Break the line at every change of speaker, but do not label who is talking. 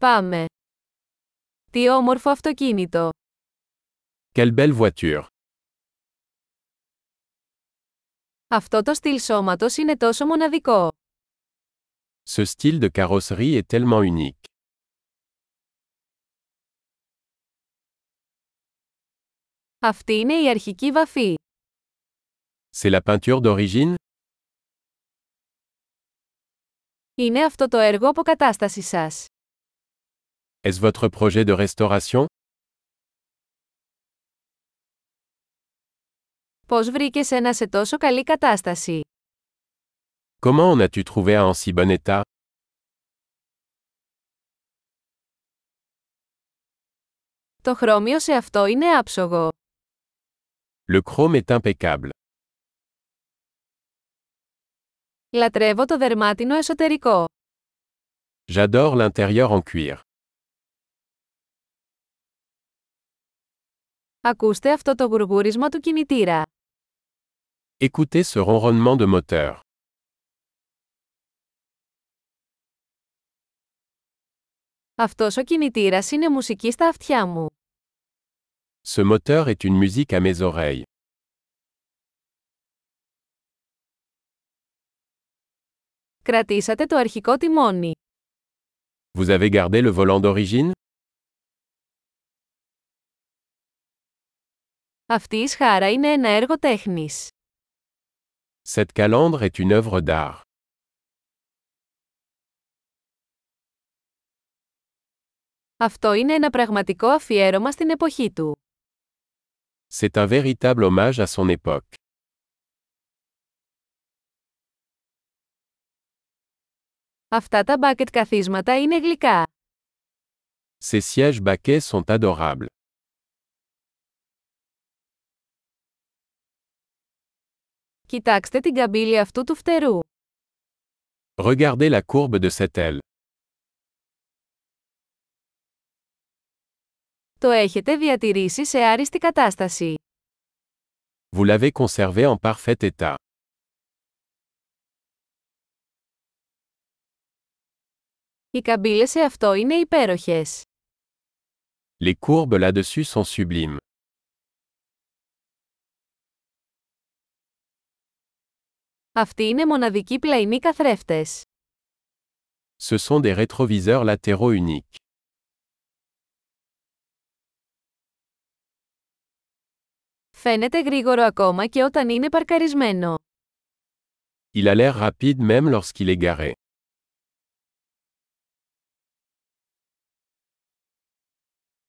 Πάμε. Τι όμορφο αυτοκίνητο.
Quelle belle voiture.
Αυτό το στυλ σώματος είναι τόσο μοναδικό.
Ce style de carrosserie est tellement unique.
Αυτή είναι η αρχική βαφή.
C'est la peinture d'origine
Είναι αυτό το έργο αποκατάστασης σας.
Est-ce votre projet de restauration
Πώς βρήκες ένα σε τόσο καλή κατάσταση.
Comment en as-tu trouvé un en si bon état
Το χρώμιο σε αυτό είναι άψογο.
Le chrome est impeccable.
Λατρεύω το δερμάτινο εσωτερικό.
J'adore l'intérieur en cuir.
Ακούστε αυτό το γουργούρισμα του κινητήρα.
Écoutez ce ronronnement de moteur.
Αυτός ο κινητήρας είναι μουσική στα αυτιά μου.
Ce moteur est une musique à mes oreilles.
Κρατήσατε το αρχικό τιμόνι.
Vous avez gardé le volant d'origine
Αυτή η σχάρα είναι ένα έργο τέχνης.
Cette calandre est une œuvre d'art.
Αυτό είναι ένα πραγματικό αφιέρωμα στην εποχή του.
C'est un véritable hommage à son époque.
Αυτά τα μπάκετ καθίσματα είναι γλυκά.
Ces sièges baquets sont adorables.
Κοιτάξτε την καμπύλη αυτού του φτερού.
Regardez la courbe de cette aile.
Το έχετε διατηρήσει σε άριστη κατάσταση.
Vous l'avez conservé en parfait état.
Οι καμπύλες σε αυτό είναι υπέροχες.
Les courbes là-dessus sont sublimes.
Αυτοί είναι μοναδικοί πλαϊνοί καθρέφτες.
Ce sont des rétroviseurs latéraux uniques.
Φαίνεται γρήγορο ακόμα και όταν είναι παρκαρισμένο.
Il a l'air rapide même lorsqu'il est garé.